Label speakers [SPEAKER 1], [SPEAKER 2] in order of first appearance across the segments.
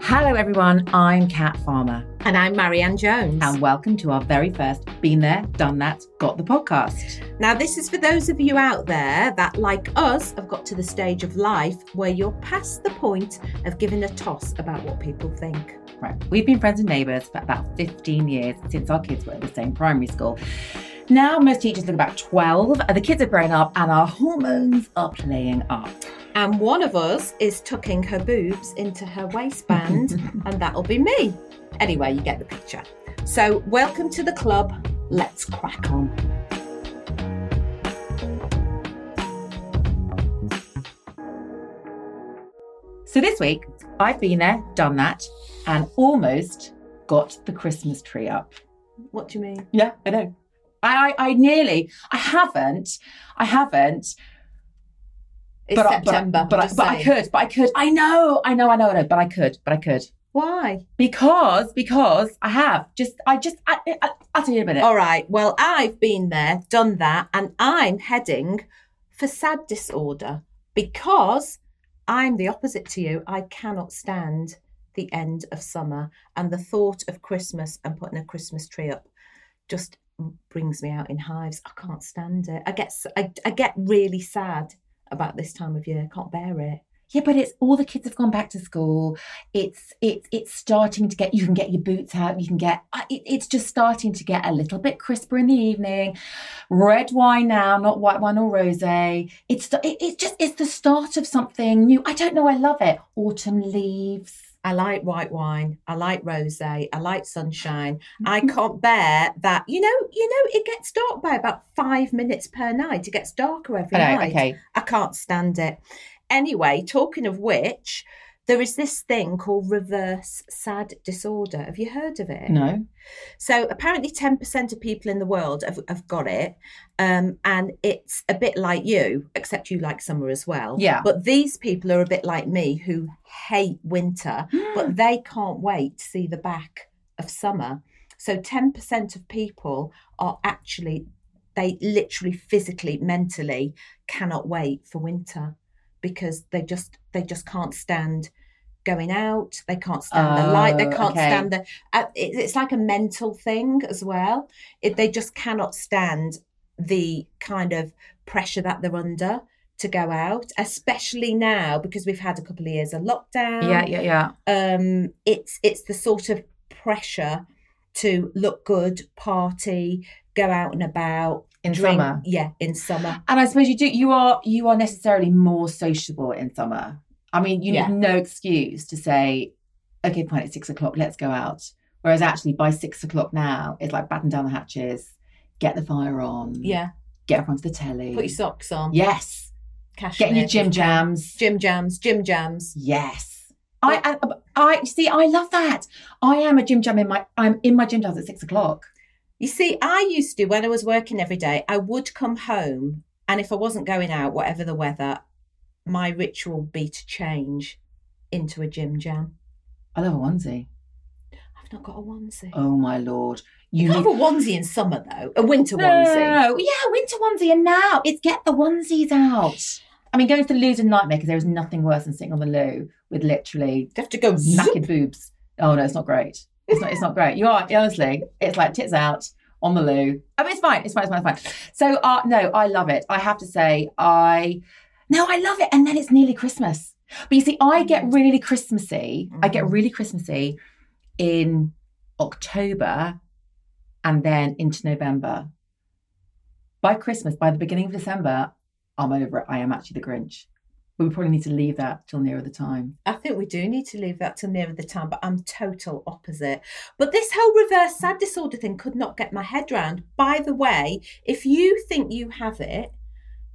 [SPEAKER 1] Hello, everyone. I'm Kat Farmer,
[SPEAKER 2] And I'm Marianne Jones.
[SPEAKER 1] and welcome to our very first Been There, Done That, Got the podcast.
[SPEAKER 2] now, this is for those of you out there that, like us, have got to the stage of life where you're past the point of giving a toss about what people think.
[SPEAKER 1] Right. We've been friends and neighbours for about 15 years since our kids were at the same primary school. Now, most teachers look about 12, and the kids have grown up, and our hormones are playing up.
[SPEAKER 2] And one of us is tucking her boobs into her waistband, and that'll be me. Anyway, you get the picture. So, welcome to the club. Let's crack on.
[SPEAKER 1] So this week, I've been there, done that, and almost got the Christmas tree up.
[SPEAKER 2] What do you mean?
[SPEAKER 1] Yeah, I know. I, I, I nearly, I haven't, I haven't,
[SPEAKER 2] It's
[SPEAKER 1] but I- but I-
[SPEAKER 2] September.
[SPEAKER 1] but, I,
[SPEAKER 2] just
[SPEAKER 1] but I
[SPEAKER 2] saying.
[SPEAKER 1] could, but I could. I know, I know, I know, I know, but I could, but I could.
[SPEAKER 2] Why?
[SPEAKER 1] Because, because I have just, I just, I, I, I'll tell you in a minute.
[SPEAKER 2] All right. Well, I've been there, done that, and I'm heading for sad disorder because I'm the opposite to you. I cannot stand the end of summer and the thought of Christmas and putting a Christmas tree up just brings me out in hives. I can't stand it. I get s- I, I get really sad about this time of year. I can't bear it.
[SPEAKER 1] Yeah, but it's all the kids have gone back to school. It's it's it's starting to get. You can get your boots out. You can get. I- It, it's just starting to get a little bit crisper in the evening. Red wine now, not white wine or rosé. It's the- it, it's just it's the start of something new. I don't know. I love it. Autumn leaves.
[SPEAKER 2] I like white wine. I like rosé. I like sunshine. I can't bear that. You know, you know, it gets dark by about five minutes per night. It gets darker every night.
[SPEAKER 1] okay.
[SPEAKER 2] I can't stand it. Anyway, talking of which, there is this thing called reverse sad disorder. Have you heard of it?
[SPEAKER 1] No.
[SPEAKER 2] So apparently, ten percent of people in the world have, have got it, um, and it's a bit like you, except you like summer as well.
[SPEAKER 1] Yeah.
[SPEAKER 2] But these people are a bit like me, who hate winter,
[SPEAKER 1] Hmm.
[SPEAKER 2] but they can't wait to see the back of summer. So 10% of people are actually, they literally, physically, mentally cannot wait for winter because they just they just can't stand going out they can't stand the light they
[SPEAKER 1] Oh,
[SPEAKER 2] can't
[SPEAKER 1] okay.
[SPEAKER 2] stand the uh, it, it's like a mental thing as well it, they just cannot stand the kind of pressure that they're under to go out especially now because we've had a couple of years of lockdown
[SPEAKER 1] yeah, yeah, yeah.
[SPEAKER 2] um, it's it's the sort of pressure to look good, party, go out and about,
[SPEAKER 1] In
[SPEAKER 2] drink,
[SPEAKER 1] summer.
[SPEAKER 2] yeah, in summer.
[SPEAKER 1] And I suppose you do. You are you are necessarily more sociable in summer. I mean, you
[SPEAKER 2] Yeah.
[SPEAKER 1] need no excuse to say, "Okay, fine, it's six o'clock. Let's go out." Whereas actually, by six o'clock now, it's like batten down the hatches, get the fire on,
[SPEAKER 2] Yeah,
[SPEAKER 1] get up onto the telly,
[SPEAKER 2] put your socks on.
[SPEAKER 1] yes,
[SPEAKER 2] cash
[SPEAKER 1] get in your gym jams,
[SPEAKER 2] gym jams, gym jams.
[SPEAKER 1] yes. I, I I see. I love that. I am a gym jam in my. I'm in my gym jams at six o'clock.
[SPEAKER 2] You see, I used to when I was working every day, I would come home, and if I wasn't going out, whatever the weather, my ritual would be to change into a gym jam.
[SPEAKER 1] I love a onesie.
[SPEAKER 2] I've not got a onesie.
[SPEAKER 1] Oh my lord! You
[SPEAKER 2] You
[SPEAKER 1] need
[SPEAKER 2] have a onesie in summer though, a winter
[SPEAKER 1] no,
[SPEAKER 2] onesie.
[SPEAKER 1] No, no. yeah, winter onesie. And now it's get the onesies out. I mean, going to the loo's a nightmare because there is nothing worse than sitting on the loo with literally
[SPEAKER 2] You have to go zoop.
[SPEAKER 1] knackered boobs. Oh no, it's not great. It's not. It's not great. You are honestly. It's like tits out on the loo. I mean, it's fine. It's fine. It's fine. It's fine. So, uh, no, I love it. I have to say, I no, I love it. And then it's nearly Christmas. But you see, I get really Christmassy. I get
[SPEAKER 2] Mhm.
[SPEAKER 1] really Christmassy in October, and then into November. By Christmas, by the beginning of December, I'm over it. I am actually the Grinch. We probably need to leave that till nearer the time.
[SPEAKER 2] I think we do need to leave that till nearer the time, but I'm total opposite. But this whole reverse sad disorder thing could not get my head round. By the way, if you think you have it,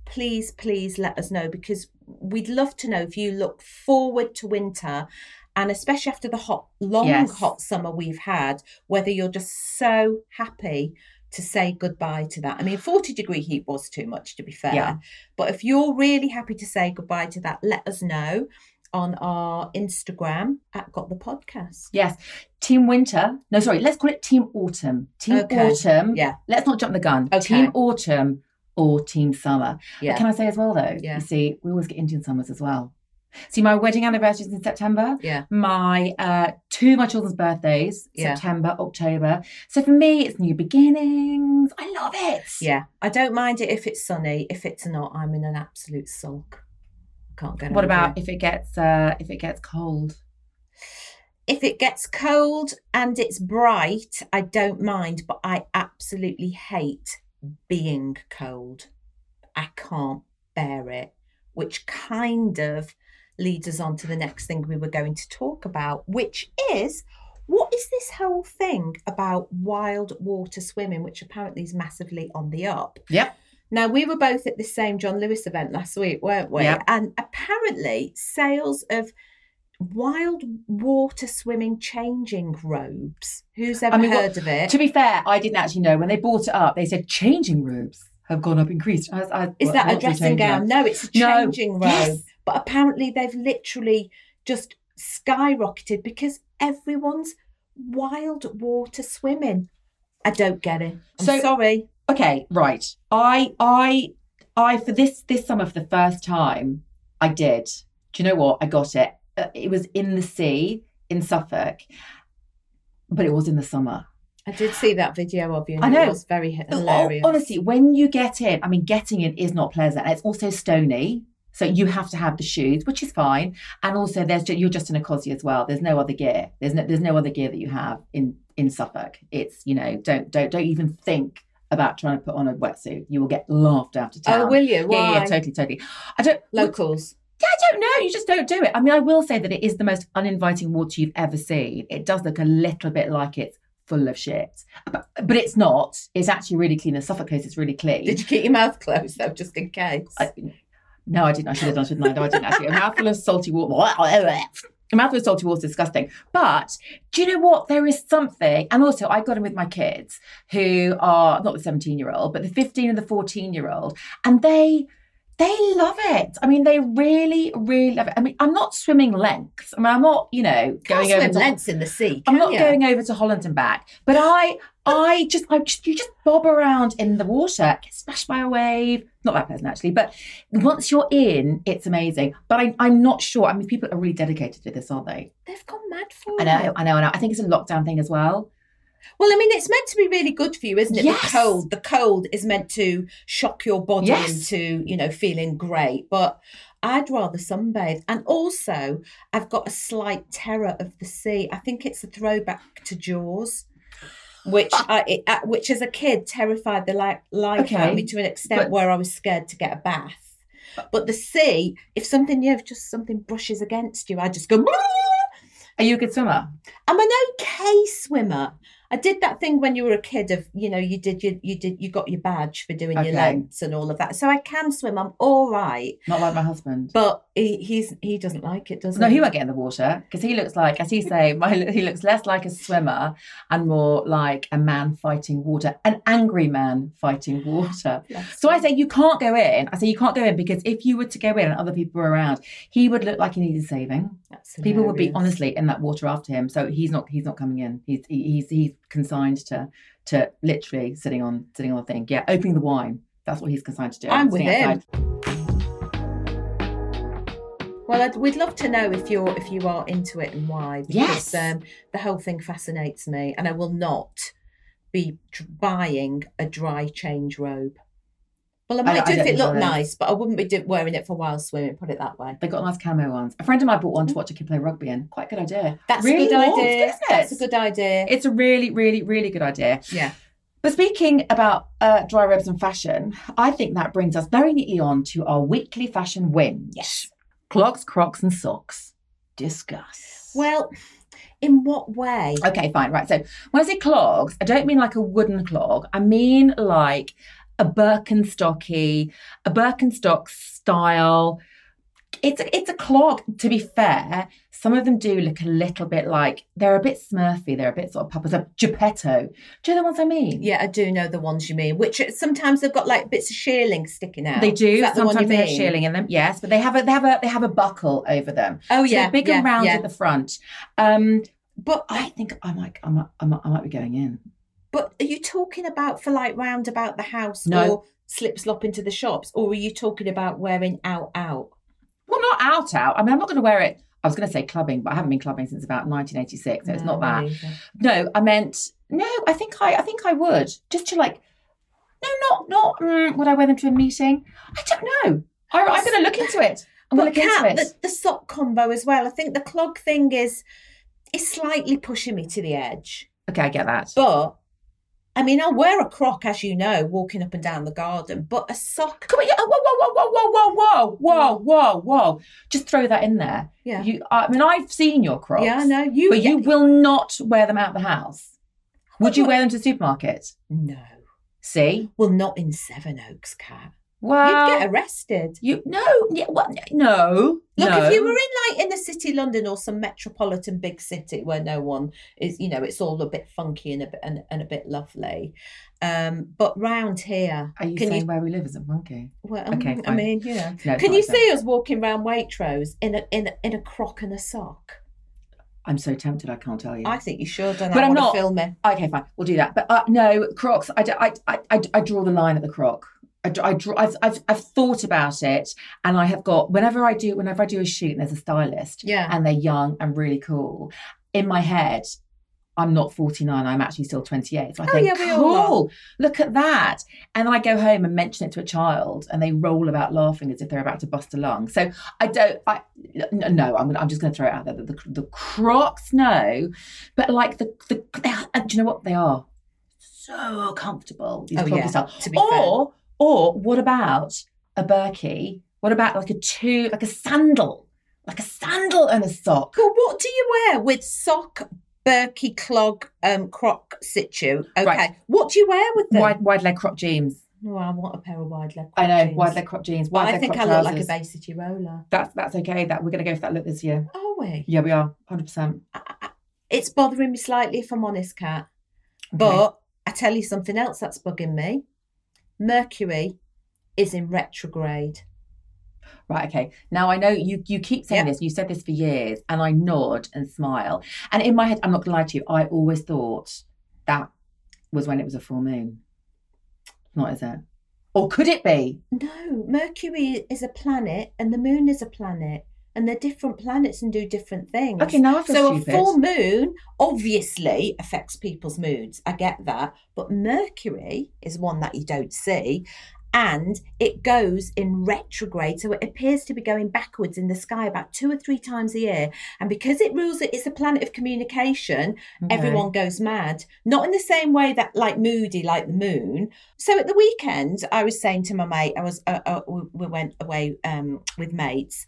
[SPEAKER 2] please, please let us know because we'd love to know if you look forward to winter and especially after the hot, long,
[SPEAKER 1] Yes.
[SPEAKER 2] hot summer we've had, whether you're just so happy to say goodbye to that. I mean, 40 degree heat was too much, to be fair.
[SPEAKER 1] Yeah.
[SPEAKER 2] But if you're really happy to say goodbye to that, let us know on our Instagram at Got the Podcast.
[SPEAKER 1] Yes. Team Winter. No, sorry. Let's call it Team Autumn. Team
[SPEAKER 2] Okay.
[SPEAKER 1] Autumn.
[SPEAKER 2] Yeah.
[SPEAKER 1] Let's not jump the gun.
[SPEAKER 2] Okay.
[SPEAKER 1] Team Autumn or Team Summer. But
[SPEAKER 2] Yeah.
[SPEAKER 1] Can I say as well, though?
[SPEAKER 2] Yeah.
[SPEAKER 1] You see, we always get Indian summers as well. See, my wedding anniversary is in September.
[SPEAKER 2] Yeah.
[SPEAKER 1] My uh, two of my children's birthdays,
[SPEAKER 2] Yeah.
[SPEAKER 1] September, October. So for me, it's new beginnings. I love it.
[SPEAKER 2] Yeah. I don't mind it if it's sunny. If it's not, I'm in an absolute sulk. I can't get
[SPEAKER 1] What
[SPEAKER 2] over
[SPEAKER 1] about
[SPEAKER 2] it.
[SPEAKER 1] if it gets uh, if it gets cold?
[SPEAKER 2] if it gets cold and it's bright, I don't mind, but I absolutely hate being cold. I can't bear it, which kind of leads us on to the next thing we were going to talk about, which is what is this whole thing about wild water swimming, which apparently is massively on the up?
[SPEAKER 1] Yep.
[SPEAKER 2] Now, we were both at this same John Lewis event last week, weren't we?
[SPEAKER 1] Yep.
[SPEAKER 2] And apparently, sales of wild water swimming changing robes. Who's ever
[SPEAKER 1] I mean, what-
[SPEAKER 2] heard of it?
[SPEAKER 1] To be fair, I didn't actually know when they brought it up. They said changing robes have gone up increased. I was- I-
[SPEAKER 2] Is
[SPEAKER 1] what-
[SPEAKER 2] that a
[SPEAKER 1] what's the
[SPEAKER 2] dressing
[SPEAKER 1] changing
[SPEAKER 2] gown?
[SPEAKER 1] room?
[SPEAKER 2] No, it's a
[SPEAKER 1] No.
[SPEAKER 2] changing robe.
[SPEAKER 1] Yes.
[SPEAKER 2] But apparently they've literally just skyrocketed because everyone's wild water swimming. I don't get it. I'm
[SPEAKER 1] So-
[SPEAKER 2] sorry.
[SPEAKER 1] Okay, right. I I I for this this summer for the first time I did. Do you know what? I got it. Uh, It was in the sea in Suffolk, but it was in the summer.
[SPEAKER 2] I did see that video of you.
[SPEAKER 1] I
[SPEAKER 2] I know.
[SPEAKER 1] know.
[SPEAKER 2] It was very
[SPEAKER 1] Oh,
[SPEAKER 2] hilarious.
[SPEAKER 1] Honestly, when you get in, I mean, getting in is not pleasant. It's also stony. So you have to have the shoes, which is fine. And also there's ju- you're just in a cosy as well. There's no other gear. There's no there's no other gear that you have in in Suffolk. It's, you know, don't don't don't even think about trying to put on a wetsuit. You will get laughed out of town.
[SPEAKER 2] oh, will you? Why?
[SPEAKER 1] Yeah, yeah, yeah, totally, totally. I don't
[SPEAKER 2] Locals.
[SPEAKER 1] yeah, I don't know. You just don't do it. I mean, I will say that it is the most uninviting water you've ever seen. It does look a little bit like it's full of shit, but, but it's not. It's actually really clean. The Suffolk coast is really clean.
[SPEAKER 2] Did you keep your mouth closed though, just in case?
[SPEAKER 1] I- no, I didn't. I should have done it with nine. No, I didn't actually. A mouthful of salty water. A mouthful of salty water is disgusting. But do you know what? There is something. And also, I got in with my kids who are not the 17 year old, but the 15 and the 14 year old. And they. They love it. I mean, they really, really love it. I mean, I'm not swimming lengths. I mean, I'm not, you know,
[SPEAKER 2] Can't
[SPEAKER 1] going over
[SPEAKER 2] swim
[SPEAKER 1] to
[SPEAKER 2] lengths in the sea.
[SPEAKER 1] I'm
[SPEAKER 2] can
[SPEAKER 1] not
[SPEAKER 2] you?
[SPEAKER 1] going over to Holland and back, but I, I just, I just, you just bob around in the water, get smashed by a wave. Not that person actually, but once you're in, it's amazing. But I, I'm not sure. I mean, people are really dedicated to this, aren't they?
[SPEAKER 2] They've gone mad for
[SPEAKER 1] I
[SPEAKER 2] it.
[SPEAKER 1] know, I know, I know. I think it's a lockdown thing as well.
[SPEAKER 2] Well, I mean, it's meant to be really good for you, isn't it?
[SPEAKER 1] Yes.
[SPEAKER 2] The cold, the cold is meant to shock your body
[SPEAKER 1] Yes.
[SPEAKER 2] into, you know, feeling great. But I'd rather sunbathe. And also, I've got a slight terror of the sea. I think it's a throwback to Jaws. Which I, it, uh, which as a kid terrified the life, life out
[SPEAKER 1] Okay.
[SPEAKER 2] of me to an extent
[SPEAKER 1] But-
[SPEAKER 2] where I was scared to get a bath. But the sea, if something you know, if just something brushes against you, I just go.
[SPEAKER 1] Are you a good swimmer?
[SPEAKER 2] I'm an okay swimmer. I did that thing when you were a kid of, you know, you did your, you did you got your badge for doing
[SPEAKER 1] Okay.
[SPEAKER 2] your lengths and all of that. So I can swim. I'm all right.
[SPEAKER 1] Not like my husband.
[SPEAKER 2] But he, he's he doesn't like it, does
[SPEAKER 1] No,
[SPEAKER 2] he?
[SPEAKER 1] he won't get in the water because he looks like, as he say, my, he looks less like a swimmer and more like a man fighting water, an angry man fighting water.
[SPEAKER 2] Bless
[SPEAKER 1] So I
[SPEAKER 2] him.
[SPEAKER 1] say you can't go in. I say you can't go in because if you were to go in and other people were around, he would look like he needed saving.
[SPEAKER 2] That's
[SPEAKER 1] People would be
[SPEAKER 2] hilarious.
[SPEAKER 1] honestly in that water after him. So he's not he's not coming in. He's he- he's he's consigned to to literally sitting on sitting on the thing. Yeah, opening the wine. That's what he's consigned to do.
[SPEAKER 2] I'm with
[SPEAKER 1] Sitting
[SPEAKER 2] him.
[SPEAKER 1] outside.
[SPEAKER 2] Well, I'd, we'd love to know if you're if you are into it and why.
[SPEAKER 1] Yes.
[SPEAKER 2] because, um, the whole thing fascinates me, and I will not be tr- buying a dry change robe. Well, I
[SPEAKER 1] I-
[SPEAKER 2] might
[SPEAKER 1] I
[SPEAKER 2] do if
[SPEAKER 1] don't
[SPEAKER 2] it looked
[SPEAKER 1] either.
[SPEAKER 2] nice, but I wouldn't be do- wearing it for wild swimming. Put it that way.
[SPEAKER 1] They got nice camo ones. A friend of mine bought
[SPEAKER 2] Mm-hmm.
[SPEAKER 1] one to watch a kid play rugby in. Quite a good idea.
[SPEAKER 2] That's
[SPEAKER 1] Really
[SPEAKER 2] a good
[SPEAKER 1] warm,
[SPEAKER 2] idea.
[SPEAKER 1] isn't it?
[SPEAKER 2] That's a good idea.
[SPEAKER 1] It's a really, really, really good idea.
[SPEAKER 2] Yeah.
[SPEAKER 1] But speaking about uh, dry robes and fashion, I think that brings us very neatly on to our weekly fashion win.
[SPEAKER 2] Yes.
[SPEAKER 1] Clogs, crocs, and socks. Discuss.
[SPEAKER 2] Well, in what way?
[SPEAKER 1] okay, fine. Right. So when I say clogs, I don't mean like a wooden clog. I mean like a Birkenstocky, a Birkenstock style. It's a, it's a clog. To be fair, some of them do look a little bit like they're a bit Smurfy. They're a bit sort of Papa's a Geppetto. Do you know the ones I mean?
[SPEAKER 2] Yeah, I do know the ones you mean. Which sometimes they've got like bits of shearling sticking out.
[SPEAKER 1] They do.
[SPEAKER 2] Is that the one
[SPEAKER 1] Sometimes
[SPEAKER 2] you
[SPEAKER 1] they have
[SPEAKER 2] mean?
[SPEAKER 1] shearling in them. Yes, but they have a they have a they have a buckle over them.
[SPEAKER 2] Oh
[SPEAKER 1] So
[SPEAKER 2] yeah,
[SPEAKER 1] they're big
[SPEAKER 2] yeah,
[SPEAKER 1] and round
[SPEAKER 2] yeah.
[SPEAKER 1] at the front. Um,
[SPEAKER 2] But
[SPEAKER 1] I think I might I might I might, I might be going in.
[SPEAKER 2] but are you talking about for like round about the house
[SPEAKER 1] No.
[SPEAKER 2] or slip slop into the shops, or are you talking about wearing out out?
[SPEAKER 1] Well, not out out. I mean, I'm not going to wear it. I was going to say clubbing, but I haven't been clubbing since about 1986, so it's
[SPEAKER 2] No,
[SPEAKER 1] not that.
[SPEAKER 2] me neither.
[SPEAKER 1] No, I meant no. I think I, I think I would just to like, no, not not. Mm, would I wear them to a meeting? I don't know. I, I'm going to look into it. I'm going
[SPEAKER 2] But
[SPEAKER 1] to look
[SPEAKER 2] cat,
[SPEAKER 1] into it.
[SPEAKER 2] the, the sock combo as well. I think the clog thing is is slightly pushing me to the edge.
[SPEAKER 1] Okay, I get that.
[SPEAKER 2] But I mean, I wear a croc, as you know, walking up and down the garden. But a sock,
[SPEAKER 1] Come on, yeah, oh, whoa, whoa, whoa, whoa, whoa, whoa, whoa, whoa, whoa, whoa. Just throw that in there.
[SPEAKER 2] yeah,
[SPEAKER 1] You, I mean, I've seen your Crocs.
[SPEAKER 2] yeah, no, you,
[SPEAKER 1] But you will not wear them out the house. Would you wear them to the supermarket?
[SPEAKER 2] no,
[SPEAKER 1] See?
[SPEAKER 2] well, not in Sevenoaks, cat.
[SPEAKER 1] Well,
[SPEAKER 2] You'd get arrested.
[SPEAKER 1] you no, yeah, well, no.
[SPEAKER 2] Look,
[SPEAKER 1] no.
[SPEAKER 2] if you were in like inner city London or some metropolitan big city where no one is, you know, it's all a bit funky and a bit and, and a bit lovely. Um, but round here,
[SPEAKER 1] Are you
[SPEAKER 2] can
[SPEAKER 1] saying
[SPEAKER 2] you?
[SPEAKER 1] where we live isn't funky?
[SPEAKER 2] Well, um,
[SPEAKER 1] Okay,
[SPEAKER 2] I
[SPEAKER 1] fine.
[SPEAKER 2] mean, you know,
[SPEAKER 1] No, it's not,
[SPEAKER 2] can you
[SPEAKER 1] is it?
[SPEAKER 2] see us walking round Waitrose in a in a, in a croc and a sock?
[SPEAKER 1] I'm so tempted. I can't tell you.
[SPEAKER 2] I think you should, and
[SPEAKER 1] But
[SPEAKER 2] I
[SPEAKER 1] I'm
[SPEAKER 2] want
[SPEAKER 1] not.
[SPEAKER 2] to film it.
[SPEAKER 1] okay, fine. We'll do that. But uh, no, Crocs. I, d- I, I, I, I draw the line at the Croc. I, dr- I draw, I've, I've, I've thought about it, and I have got whenever I do whenever I do a shoot, and there's a stylist,
[SPEAKER 2] Yeah,
[SPEAKER 1] and they're young and really cool. In my head, I'm not 49. I'm actually still 28. So I
[SPEAKER 2] Oh,
[SPEAKER 1] think,
[SPEAKER 2] yeah, we all are.
[SPEAKER 1] cool. Look at that. And then I go home and mention it to a child, and they roll about laughing as if they're about to bust a lung. So I don't. I n- no. I'm gonna, I'm just going to throw it out there that the, the Crocs no, but like the the they are, and do you know what they are? So comfortable. These
[SPEAKER 2] Oh,
[SPEAKER 1] Crocs
[SPEAKER 2] yeah.
[SPEAKER 1] are
[SPEAKER 2] to be fair.
[SPEAKER 1] or or what about a Berkey? What about like a two like a sandal? Like a sandal and a sock.
[SPEAKER 2] Well, what do you wear with sock, Berkey, clog, um, croc situ? Okay,
[SPEAKER 1] Right.
[SPEAKER 2] what do you wear with them?
[SPEAKER 1] Wide wide leg crop jeans.
[SPEAKER 2] Oh, I want a pair of wide leg.
[SPEAKER 1] I know,
[SPEAKER 2] jeans.
[SPEAKER 1] wide leg crop jeans,
[SPEAKER 2] But
[SPEAKER 1] wide
[SPEAKER 2] I
[SPEAKER 1] leg
[SPEAKER 2] think I
[SPEAKER 1] crop
[SPEAKER 2] look
[SPEAKER 1] trousers.
[SPEAKER 2] like a Bay City roller.
[SPEAKER 1] that's that's okay. That we're gonna go for that look this year.
[SPEAKER 2] Are we?
[SPEAKER 1] Yeah, we are. Hundred percent.
[SPEAKER 2] I- I- It's bothering me slightly if I'm honest, Kat. But I tell you something else that's bugging me. Mercury is in retrograde.
[SPEAKER 1] Right, okay. Now I know you you keep saying
[SPEAKER 2] Yeah.
[SPEAKER 1] this, you said this for years, and I nod and smile. And in my head, I'm not gonna lie to you, I always thought that was when it was a full moon. Not is it? Or could it be?
[SPEAKER 2] No, Mercury is a planet and the moon is a planet and they're different planets and do different things.
[SPEAKER 1] Okay, now I feel
[SPEAKER 2] So
[SPEAKER 1] stupid.
[SPEAKER 2] a full moon obviously affects people's moods. I get that. But Mercury is one that you don't see. And it goes in retrograde. So it appears to be going backwards in the sky about two or three times a year. And because it rules it, it's a planet of communication,
[SPEAKER 1] Okay.
[SPEAKER 2] everyone goes mad. Not in the same way that, like, moody, like the moon. So at the weekend, I was saying to my mate, I was, uh, uh, we we went away um, with mates.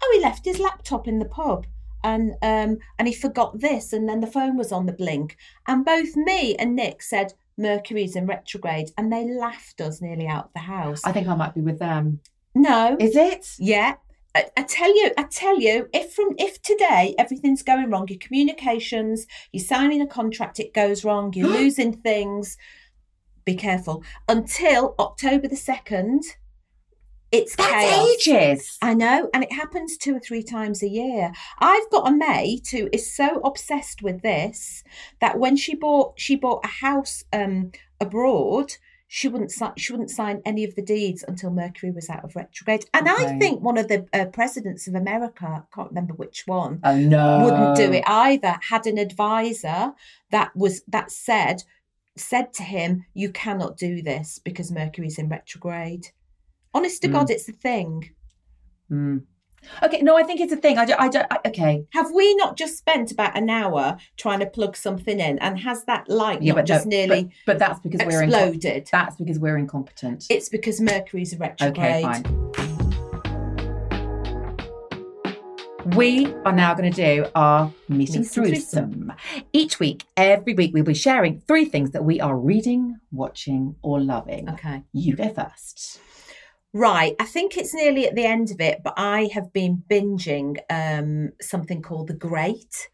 [SPEAKER 2] Oh, he left his laptop in the pub and um and he forgot this and then the phone was on the blink and both me and nick said mercury's in retrograde and they laughed us nearly out of the house
[SPEAKER 1] I think I might be with them.
[SPEAKER 2] no
[SPEAKER 1] Is it?
[SPEAKER 2] yeah I, I tell you i tell you if from if today everything's going wrong your communications you're signing a contract it goes wrong you're losing things be careful until october the 2nd it's chaos.
[SPEAKER 1] That's ages.
[SPEAKER 2] I know, and it happens two or three times a year. I've got a mate who is so obsessed with this that when she bought she bought a house um, abroad, she wouldn't si- she wouldn't sign any of the deeds until Mercury was out of retrograde. And
[SPEAKER 1] Okay.
[SPEAKER 2] I think one of the uh, presidents of America, I can't remember which one,
[SPEAKER 1] Oh no.
[SPEAKER 2] wouldn't do it either. Had an advisor that was that said said to him, "You cannot do this because Mercury's in retrograde." Honest to
[SPEAKER 1] Mm.
[SPEAKER 2] God, it's a thing.
[SPEAKER 1] Mm. Okay, no, I think it's a thing. I don't, I don't, I, okay.
[SPEAKER 2] Have we not just spent about an hour trying to plug something in? And has that light
[SPEAKER 1] Yeah,
[SPEAKER 2] not
[SPEAKER 1] but
[SPEAKER 2] just
[SPEAKER 1] no,
[SPEAKER 2] nearly
[SPEAKER 1] but, but that's because we're in,
[SPEAKER 2] exploded?
[SPEAKER 1] that's because we're incompetent.
[SPEAKER 2] It's because Mercury's retrograde.
[SPEAKER 1] okay, fine. We are now going to do our meet and
[SPEAKER 2] Meet and
[SPEAKER 1] threesome. Each week, every week, we'll be sharing three things that we are reading, watching, or loving.
[SPEAKER 2] Okay.
[SPEAKER 1] You go first.
[SPEAKER 2] Right. I think it's nearly at the end of it, but I have been binging um, something called The Great.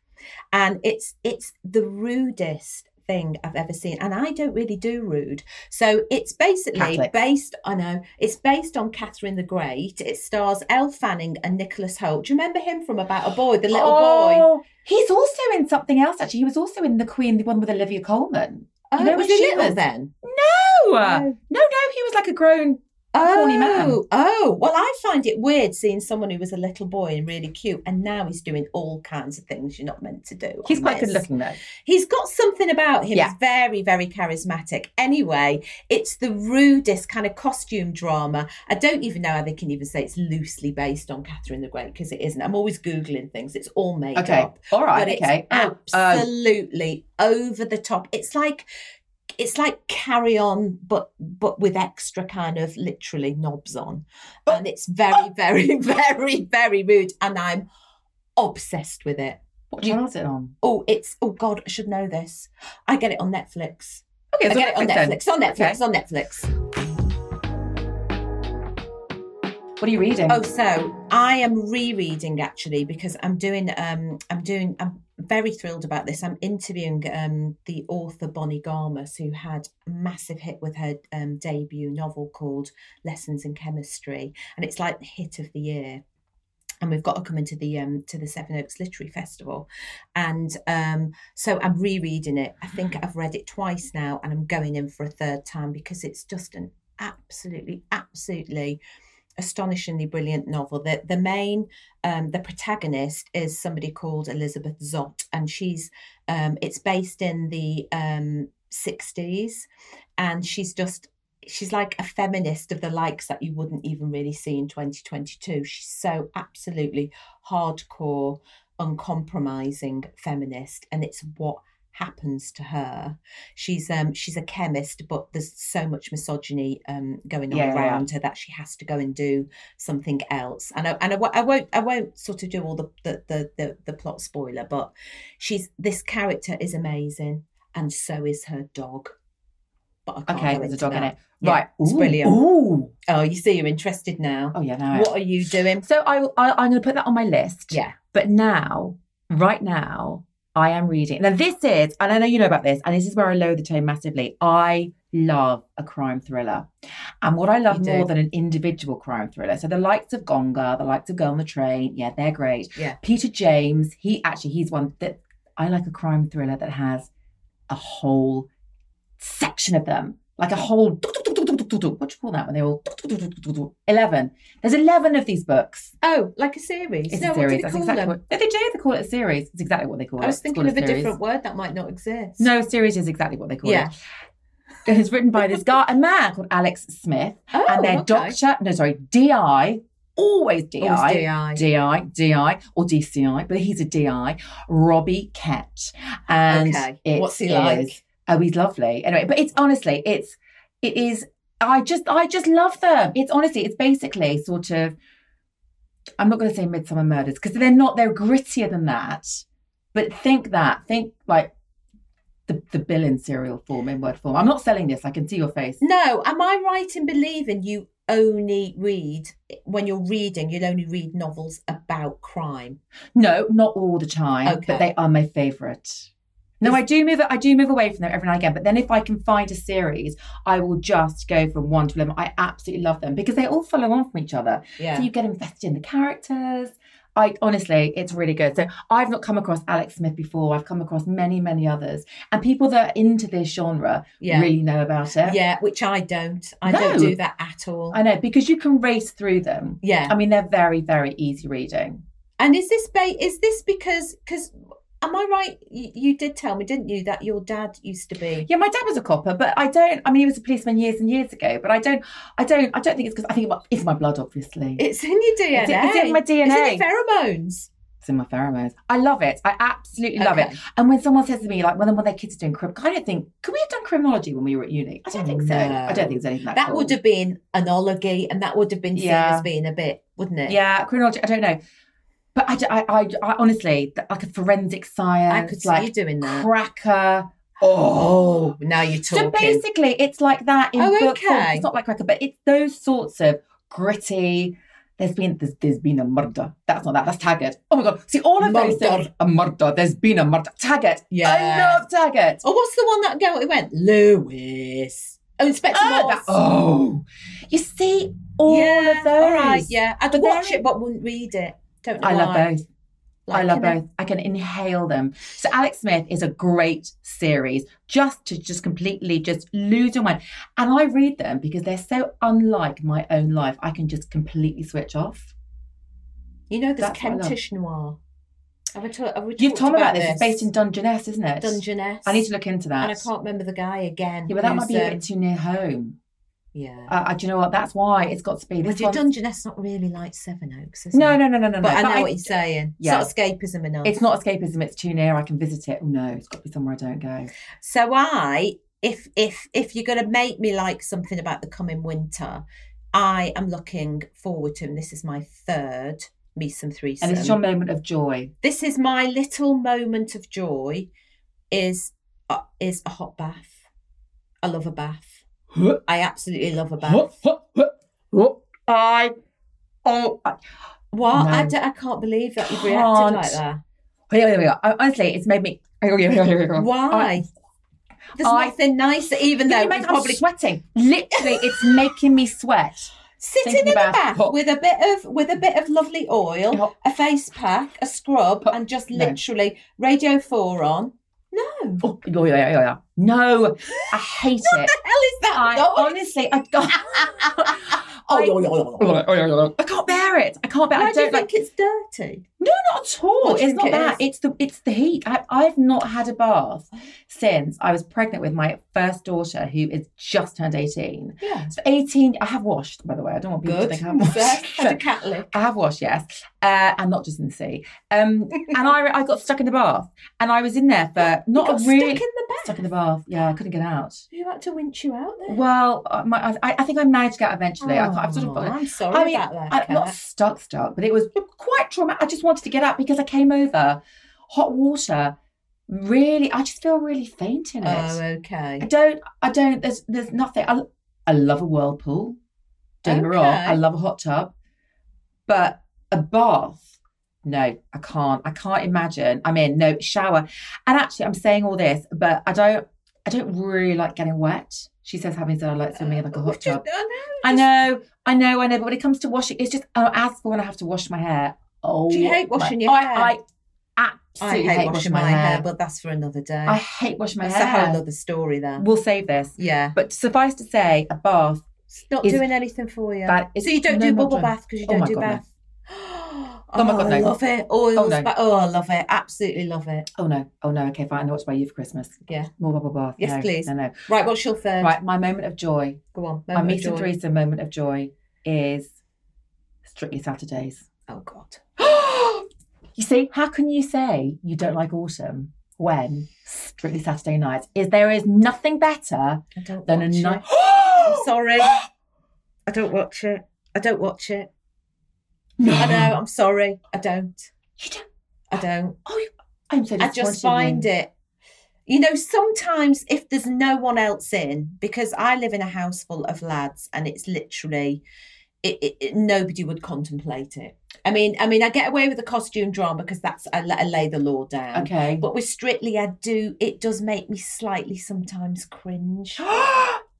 [SPEAKER 2] And it's it's the rudest thing I've ever seen. And I don't really do rude. So it's basically
[SPEAKER 1] Catholic.
[SPEAKER 2] based, I know, it's based on Catherine the Great. It stars Elle Fanning and Nicholas Holt. Do you remember him from About a Boy, the little boy?
[SPEAKER 1] oh, He's also in something else, actually. He was also in The Queen, the one with Olivia Colman.
[SPEAKER 2] Oh,
[SPEAKER 1] You know,
[SPEAKER 2] was
[SPEAKER 1] when
[SPEAKER 2] he
[SPEAKER 1] she
[SPEAKER 2] little
[SPEAKER 1] was-
[SPEAKER 2] then?
[SPEAKER 1] No, no, no. He was like a grown Horny man.
[SPEAKER 2] Oh, oh, well, I find it weird seeing someone who was a little boy and really cute, and now he's doing all kinds of things you're not meant to do.
[SPEAKER 1] He's
[SPEAKER 2] on
[SPEAKER 1] quite
[SPEAKER 2] this.
[SPEAKER 1] good looking though.
[SPEAKER 2] He's got something about him.
[SPEAKER 1] Yeah.
[SPEAKER 2] He's very, very charismatic. Anyway, it's the rudest kind of costume drama. I don't even know how they can even say it's loosely based on Catherine the Great because it isn't. I'm always Googling things, it's all made
[SPEAKER 1] Okay.
[SPEAKER 2] up.
[SPEAKER 1] All right.
[SPEAKER 2] But it's
[SPEAKER 1] okay. Oh, oh,
[SPEAKER 2] absolutely over the top. It's like it's like carry on, but but with extra kind of literally knobs on,
[SPEAKER 1] Oh,
[SPEAKER 2] and it's very, very, very, very rude. And I'm obsessed with it.
[SPEAKER 1] what channel is it on?
[SPEAKER 2] Oh, it's oh god, I should know this. I get it on Netflix.
[SPEAKER 1] Okay,
[SPEAKER 2] I
[SPEAKER 1] it's on
[SPEAKER 2] get it on
[SPEAKER 1] Netflix then.
[SPEAKER 2] Netflix. On Netflix.
[SPEAKER 1] Okay.
[SPEAKER 2] On Netflix.
[SPEAKER 1] What are you reading?
[SPEAKER 2] Oh, so I am rereading actually because I'm doing. Um, I'm doing. I'm very thrilled about this. I'm interviewing um the author Bonnie Garmus who had a massive hit with her um, debut novel called Lessons in Chemistry, and it's like the hit of the year. And we've got to come into the um to the Seven Oaks Literary Festival, and um so I'm rereading it. I think I've read it twice now, and I'm going in for a third time because it's just an absolutely, absolutely astonishingly brilliant novel. The the main um, the protagonist is somebody called Elizabeth Zott, and she's um, it's based in the um, 60s, and she's just she's like a feminist of the likes that you wouldn't even really see in 2022. She's so absolutely hardcore, uncompromising feminist, and it's what happens to her. She's um she's a chemist, but there's so much misogyny um going on
[SPEAKER 1] Yeah, yeah, yeah.
[SPEAKER 2] around her that she has to go and do something else. And I and I, wo- I won't I won't sort of do all the the, the the the plot spoiler, but she's this character is amazing, and so is her dog. But I can't
[SPEAKER 1] okay,
[SPEAKER 2] oh, go
[SPEAKER 1] there's a
[SPEAKER 2] into
[SPEAKER 1] dog in
[SPEAKER 2] that.
[SPEAKER 1] it.
[SPEAKER 2] Yeah,
[SPEAKER 1] right.
[SPEAKER 2] it's
[SPEAKER 1] Ooh,
[SPEAKER 2] brilliant.
[SPEAKER 1] Ooh.
[SPEAKER 2] Oh, you see, you're interested now.
[SPEAKER 1] Oh yeah. No.
[SPEAKER 2] What are you doing?
[SPEAKER 1] So I, I I'm going to put that on my list.
[SPEAKER 2] Yeah.
[SPEAKER 1] But now, right now, I am reading. Now, this is, and I know you know about this, and this is where I lower the tone massively. I love a crime thriller. And what I love
[SPEAKER 2] You do.
[SPEAKER 1] more than an individual crime thriller. So the likes of Gonga, the likes of Girl on the Train, yeah, they're great.
[SPEAKER 2] Yeah.
[SPEAKER 1] Peter James, he actually, he's one that I like a crime thriller that has a whole section of them. Like a whole, what do you call that when they're all 11? There's 11 of these books.
[SPEAKER 2] Oh, like a series.
[SPEAKER 1] It's
[SPEAKER 2] no,
[SPEAKER 1] a series.
[SPEAKER 2] what do they
[SPEAKER 1] That's
[SPEAKER 2] call
[SPEAKER 1] exactly
[SPEAKER 2] them?
[SPEAKER 1] what no, they do. They call it a series. It's exactly what they call it.
[SPEAKER 2] I was
[SPEAKER 1] It's
[SPEAKER 2] thinking
[SPEAKER 1] called
[SPEAKER 2] of a
[SPEAKER 1] series.
[SPEAKER 2] different word that might not exist.
[SPEAKER 1] No, series is exactly what they call
[SPEAKER 2] Yeah.
[SPEAKER 1] it. It was written by this guy, a man called Alex Smith,
[SPEAKER 2] Oh,
[SPEAKER 1] and their
[SPEAKER 2] okay.
[SPEAKER 1] doctor. No, sorry, DI. Always DI.
[SPEAKER 2] Always DI.
[SPEAKER 1] DI, DI, or DCI, but he's a DI, Robbie Kett. And
[SPEAKER 2] Okay.
[SPEAKER 1] it
[SPEAKER 2] What's he
[SPEAKER 1] is-
[SPEAKER 2] like?
[SPEAKER 1] Oh, he's lovely. Anyway, but it's honestly, it's it is I just I just love them. It's honestly, it's basically sort of I'm not gonna say midsummer murders, because they're not they're grittier than that. But think that. Think like the, the bill in serial form, in word form. I'm not selling this, I can see your face.
[SPEAKER 2] No, am I right in believing you only read when you're reading? You'll only read novels about crime.
[SPEAKER 1] No, not all the time,
[SPEAKER 2] Okay.
[SPEAKER 1] but they are my favorite. No,
[SPEAKER 2] Is-
[SPEAKER 1] I do move. I do move away from them every now and again. But then, if I can find a series, I will just go from one to eleven. I absolutely love them because they all follow on from each other.
[SPEAKER 2] Yeah.
[SPEAKER 1] So you get invested in the characters. I honestly, it's really good. So I've not come across Alex Smith before. I've come across many, many others, and people that are into this genre
[SPEAKER 2] yeah.
[SPEAKER 1] really know about it.
[SPEAKER 2] Yeah, which I don't. I don't
[SPEAKER 1] No.
[SPEAKER 2] do that at all.
[SPEAKER 1] I know because you can race through them.
[SPEAKER 2] yeah.
[SPEAKER 1] I mean, they're very, very easy reading.
[SPEAKER 2] And is this ba- is this because because am I right? You, you did tell me, didn't you, that your dad used to be?
[SPEAKER 1] Yeah, my dad was a copper, but I don't. I mean, he was a policeman years and years ago, but I don't. I don't. I don't think it's because I think my- it's my blood, obviously.
[SPEAKER 2] It's in your DNA.
[SPEAKER 1] It's in- it's in my DNA.
[SPEAKER 2] It's in your pheromones.
[SPEAKER 1] It's in my pheromones. I love it. I absolutely love
[SPEAKER 2] Okay.
[SPEAKER 1] it. And when someone says to me, like, when, when their kids are doing crib, I don't think could we have done criminology when we were at uni? I don't think so.
[SPEAKER 2] No.
[SPEAKER 1] I don't think there's anything that.
[SPEAKER 2] That
[SPEAKER 1] cool.
[SPEAKER 2] would have been an oligy, and that would have been seen
[SPEAKER 1] Yeah.
[SPEAKER 2] as being a bit, wouldn't it?
[SPEAKER 1] Yeah, criminology. I don't know, but I, d- I, I, I honestly th- like a forensic
[SPEAKER 2] I
[SPEAKER 1] science,
[SPEAKER 2] could see you
[SPEAKER 1] like
[SPEAKER 2] doing that.
[SPEAKER 1] cracker. Oh.
[SPEAKER 2] Oh, now you're
[SPEAKER 1] So
[SPEAKER 2] talking.
[SPEAKER 1] basically, it's like that in
[SPEAKER 2] Oh,
[SPEAKER 1] book form.
[SPEAKER 2] okay.
[SPEAKER 1] It's not like record, but it's those sorts of gritty. There's been there's, there's been a murder. That's not that. That's Taggart. Oh my god! See all of those
[SPEAKER 2] Murder.
[SPEAKER 1] things. A murder. There's been a murder. Taggart.
[SPEAKER 2] Yeah.
[SPEAKER 1] I love Taggart.
[SPEAKER 2] oh, what's the one that girl who went Lewis? Oh, Inspector
[SPEAKER 1] Oh,
[SPEAKER 2] Morse.
[SPEAKER 1] that- oh. you see all
[SPEAKER 2] yeah.
[SPEAKER 1] of those.
[SPEAKER 2] All right, yeah. I'd
[SPEAKER 1] But
[SPEAKER 2] watch
[SPEAKER 1] they're-
[SPEAKER 2] it, but wouldn't read it. Don't know
[SPEAKER 1] I love
[SPEAKER 2] why.
[SPEAKER 1] both. I love
[SPEAKER 2] you know,
[SPEAKER 1] both. I can inhale them. So Alex Smith is a great series just to just completely just lose your mind. And I read them because they're so unlike my own life. I can just completely switch off.
[SPEAKER 2] You know, there's
[SPEAKER 1] That's what I love.
[SPEAKER 2] Kentish noir. Have, I ta- have we
[SPEAKER 1] You've
[SPEAKER 2] talked
[SPEAKER 1] told me about
[SPEAKER 2] about
[SPEAKER 1] this. It's based in Dungeness, isn't it?
[SPEAKER 2] Dungeness.
[SPEAKER 1] I need to look into that.
[SPEAKER 2] And I can't remember the guy again.
[SPEAKER 1] yeah, but that
[SPEAKER 2] who's,
[SPEAKER 1] might be a
[SPEAKER 2] um,
[SPEAKER 1] bit too near home.
[SPEAKER 2] Yeah.
[SPEAKER 1] Uh, uh, do you know what? That's why it's got to be
[SPEAKER 2] Well,
[SPEAKER 1] this
[SPEAKER 2] do-
[SPEAKER 1] one.
[SPEAKER 2] Dungeness not really like Seven Oaks, is
[SPEAKER 1] No,
[SPEAKER 2] it?
[SPEAKER 1] no, no, no, no,
[SPEAKER 2] But
[SPEAKER 1] no.
[SPEAKER 2] I know
[SPEAKER 1] But
[SPEAKER 2] what you're saying.
[SPEAKER 1] Yeah.
[SPEAKER 2] It's not escapism enough.
[SPEAKER 1] It's not escapism. It's too near. I can visit it. Oh no, it's got to be somewhere I don't go.
[SPEAKER 2] So I, if if if you're going to make me like something about the coming winter, I am looking forward to. And this is my third meet some threesome.
[SPEAKER 1] And it's your moment of joy.
[SPEAKER 2] this is my little moment of joy. Is uh, is a hot bath. I love a bath. I absolutely love a bath.
[SPEAKER 1] I oh
[SPEAKER 2] What? I,
[SPEAKER 1] No.
[SPEAKER 2] don't- I can't believe that you've reacted like
[SPEAKER 1] Can't.
[SPEAKER 2] that.
[SPEAKER 1] honestly, it's made me. Why?
[SPEAKER 2] Why? There's
[SPEAKER 1] I-
[SPEAKER 2] nothing nicer, even though
[SPEAKER 1] No,
[SPEAKER 2] we
[SPEAKER 1] I'm
[SPEAKER 2] probably
[SPEAKER 1] sweating. Literally, it's making me sweat.
[SPEAKER 2] sitting in
[SPEAKER 1] thinking
[SPEAKER 2] a
[SPEAKER 1] about-
[SPEAKER 2] bath
[SPEAKER 1] Hot.
[SPEAKER 2] with a bit of with a bit of lovely oil,
[SPEAKER 1] Hot.
[SPEAKER 2] a face pack, a scrub,
[SPEAKER 1] Hot.
[SPEAKER 2] and just
[SPEAKER 1] No.
[SPEAKER 2] literally Radio Four on. No,
[SPEAKER 1] Oh, yeah, yeah, yeah, yeah. No, I hate it.
[SPEAKER 2] hell is that?
[SPEAKER 1] I
[SPEAKER 2] noise?
[SPEAKER 1] honestly, I can't. Oh,
[SPEAKER 2] Oh,
[SPEAKER 1] I can't bear it. I can't bear.
[SPEAKER 2] Why
[SPEAKER 1] I
[SPEAKER 2] do you
[SPEAKER 1] don't
[SPEAKER 2] think
[SPEAKER 1] like.
[SPEAKER 2] it's dirty?
[SPEAKER 1] Not at all.
[SPEAKER 2] What do you
[SPEAKER 1] It's not
[SPEAKER 2] think it
[SPEAKER 1] that.
[SPEAKER 2] is?
[SPEAKER 1] It's the it's the heat. I, I've not had a bath since I was pregnant with my first daughter, who is just turned eighteen.
[SPEAKER 2] Yeah,
[SPEAKER 1] So 18, I have washed, by the way. I don't want people
[SPEAKER 2] good.
[SPEAKER 1] to think I have washed.
[SPEAKER 2] Fair. And a cat lick.
[SPEAKER 1] I have washed, yes, uh, and not just in the sea. Um, and I, I got stuck in the bath, and I was in there for not
[SPEAKER 2] You got
[SPEAKER 1] a really
[SPEAKER 2] stuck in the bath.
[SPEAKER 1] stuck in the bath. Yeah, I couldn't get out.
[SPEAKER 2] Who had to winch you out there?
[SPEAKER 1] Well, uh, my, I, I think I managed to get out eventually. I, I've sort
[SPEAKER 2] Oh,
[SPEAKER 1] of.
[SPEAKER 2] I'm sorry
[SPEAKER 1] I mean,
[SPEAKER 2] about that.
[SPEAKER 1] I, not
[SPEAKER 2] Kat.
[SPEAKER 1] stuck, stuck, but it was quite traumatic. I just wanted to get out because I came over hot water. Really, I just feel really faint in it.
[SPEAKER 2] Oh, okay.
[SPEAKER 1] I don't. I don't. There's. There's nothing. I. I love a whirlpool. Don't get me wrong.
[SPEAKER 2] Okay.
[SPEAKER 1] I love a hot tub, but a bath. No, I can't. I can't imagine. I mean, no shower. And actually, I'm saying all this, but I don't. I don't really like getting wet. She says, having said I like swimming in like a hot
[SPEAKER 2] Just-
[SPEAKER 1] tub.
[SPEAKER 2] I know,
[SPEAKER 1] I
[SPEAKER 2] just-
[SPEAKER 1] know, I know, I know. But when it comes to washing, it's just oh, as for when I have to wash my hair. Oh,
[SPEAKER 2] Do you hate
[SPEAKER 1] my-
[SPEAKER 2] washing your
[SPEAKER 1] I,
[SPEAKER 2] hair?
[SPEAKER 1] I
[SPEAKER 2] I
[SPEAKER 1] absolutely
[SPEAKER 2] hate washing, my, hair. but that's for another day.
[SPEAKER 1] I hate washing my
[SPEAKER 2] that's a
[SPEAKER 1] hair.
[SPEAKER 2] whole other story there.
[SPEAKER 1] We'll save this.
[SPEAKER 2] Yeah.
[SPEAKER 1] But suffice to say, a bath
[SPEAKER 2] It's not
[SPEAKER 1] Is-
[SPEAKER 2] doing anything for you.
[SPEAKER 1] that is
[SPEAKER 2] so you don't
[SPEAKER 1] no
[SPEAKER 2] do
[SPEAKER 1] more
[SPEAKER 2] bubble
[SPEAKER 1] time.
[SPEAKER 2] bath because you
[SPEAKER 1] Oh
[SPEAKER 2] don't
[SPEAKER 1] my
[SPEAKER 2] do
[SPEAKER 1] God, no.
[SPEAKER 2] bath.
[SPEAKER 1] Oh my God,
[SPEAKER 2] I
[SPEAKER 1] no.
[SPEAKER 2] love it. Oils,
[SPEAKER 1] Oh, no.
[SPEAKER 2] but oh, I love it. Absolutely love it.
[SPEAKER 1] Oh no! Oh no! Okay, fine. I know what to buy you for Christmas.
[SPEAKER 2] Yeah.
[SPEAKER 1] More bubble bath.
[SPEAKER 2] Yes,
[SPEAKER 1] no,
[SPEAKER 2] please.
[SPEAKER 1] No, no.
[SPEAKER 2] Right, what's your third?
[SPEAKER 1] Right, my moment of joy,
[SPEAKER 2] Go on.
[SPEAKER 1] my
[SPEAKER 2] moment of
[SPEAKER 1] meet and
[SPEAKER 2] joy.
[SPEAKER 1] threesome moment of joy is strictly Saturdays.
[SPEAKER 2] Oh God.
[SPEAKER 1] You see, how can you say you don't like autumn when strictly Saturday nights is there is nothing better
[SPEAKER 2] I don't
[SPEAKER 1] than a
[SPEAKER 2] watch it.
[SPEAKER 1] night.
[SPEAKER 2] I'm sorry. I don't watch it. I don't watch it. I know. I'm sorry. I don't.
[SPEAKER 1] You don't-
[SPEAKER 2] I don't.
[SPEAKER 1] I'm so
[SPEAKER 2] I
[SPEAKER 1] disappointed.
[SPEAKER 2] just find it. You know, sometimes if there's no one else in, because I live in a house full of lads, and it's literally, it, it, it- nobody would contemplate it. I mean, I mean, I get away with the costume drama because that's I, la- I lay the law down.
[SPEAKER 1] Okay.
[SPEAKER 2] But with Strictly, I do. It does make me slightly sometimes cringe.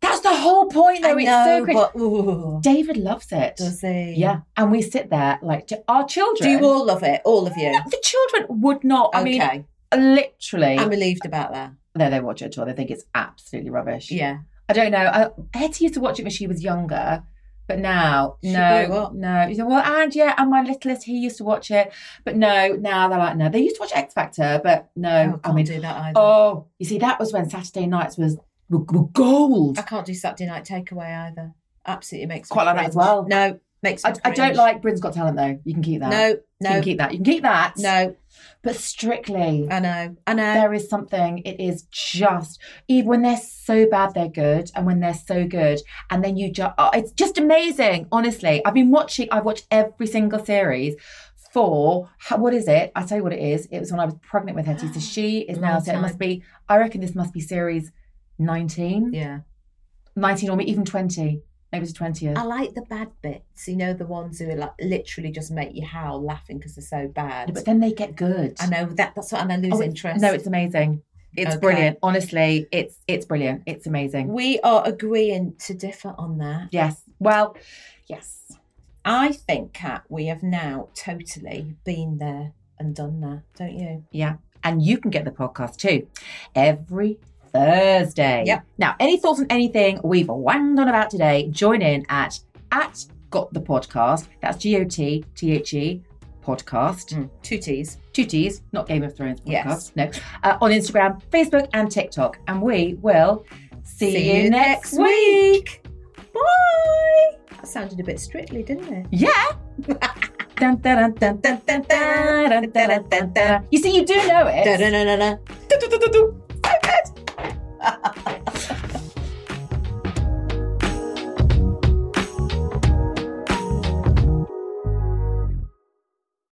[SPEAKER 1] That's the whole point, though.
[SPEAKER 2] I
[SPEAKER 1] it's
[SPEAKER 2] know,
[SPEAKER 1] so great.
[SPEAKER 2] but ooh,
[SPEAKER 1] David loves it.
[SPEAKER 2] does he?
[SPEAKER 1] Yeah, and we sit there like to our
[SPEAKER 2] Do
[SPEAKER 1] children.
[SPEAKER 2] you all love it? All of you?
[SPEAKER 1] The children would not. I mean,
[SPEAKER 2] okay,
[SPEAKER 1] literally,
[SPEAKER 2] I'm relieved about that.
[SPEAKER 1] no, they watch it at all. They think it's absolutely rubbish.
[SPEAKER 2] Yeah,
[SPEAKER 1] I don't know. I, Hetty used to watch it when she was younger, but now
[SPEAKER 2] She grew
[SPEAKER 1] no,
[SPEAKER 2] up.
[SPEAKER 1] no. You say, well, and yeah, and my littlest he used to watch it, but no, now they're like no. They used to watch X Factor, but no.
[SPEAKER 2] oh,
[SPEAKER 1] I
[SPEAKER 2] can't
[SPEAKER 1] mean,
[SPEAKER 2] do that either.
[SPEAKER 1] oh, you see, that was when Saturday nights was were, were gold.
[SPEAKER 2] I can't do Saturday night takeaway either. Absolutely makes
[SPEAKER 1] Quite
[SPEAKER 2] me
[SPEAKER 1] like that
[SPEAKER 2] cringe.
[SPEAKER 1] as well.
[SPEAKER 2] No, makes me
[SPEAKER 1] I, I don't
[SPEAKER 2] cringe.
[SPEAKER 1] like Britain's Got Talent though. You can keep that.
[SPEAKER 2] No,
[SPEAKER 1] you can
[SPEAKER 2] no,
[SPEAKER 1] keep that. You can keep that.
[SPEAKER 2] no.
[SPEAKER 1] but strictly.
[SPEAKER 2] I know, I know.
[SPEAKER 1] there is something it is just even when they're so bad they're good and when they're so good and then you just oh, it's just amazing honestly i've been watching i've watched every single series for how, what is it i tell you what it is it was when i was pregnant with hetty so she is now
[SPEAKER 2] Long
[SPEAKER 1] so it must
[SPEAKER 2] time.
[SPEAKER 1] be i reckon this must be series 19
[SPEAKER 2] yeah,
[SPEAKER 1] 19 or even 20 maybe it's 20th
[SPEAKER 2] I like the bad bits. You know, the ones who are like literally just make you howl laughing because they're so bad.
[SPEAKER 1] but then they get good
[SPEAKER 2] I know that. That's what, and I lose
[SPEAKER 1] Oh, it-
[SPEAKER 2] interest.
[SPEAKER 1] no it's amazing it's
[SPEAKER 2] Okay.
[SPEAKER 1] brilliant honestly it's it's brilliant it's amazing
[SPEAKER 2] we are agreeing to differ on that.
[SPEAKER 1] yes well yes
[SPEAKER 2] I think, Kat, we have now totally been there, and done that, don't you?
[SPEAKER 1] Yeah. And you can get the podcast too every Thursday.
[SPEAKER 2] Yep.
[SPEAKER 1] Now, any thoughts on anything we've wanged on about today, join in at at got the podcast. That's G O T T H E podcast.
[SPEAKER 2] Mm, Two T's.
[SPEAKER 1] Two T's, not Game of Thrones podcast.
[SPEAKER 2] Yes.
[SPEAKER 1] No. Uh, on Instagram, Facebook, and TikTok. And we will see, you, next week.
[SPEAKER 2] Bye. That sounded a bit strictly, didn't it?
[SPEAKER 1] Yeah. Dun, dun, dun, dun, dun, dun, dun, dun, dun, dun. You see, you do know it.
[SPEAKER 2] Da-da-da-da-da. Do-do-do-do-do.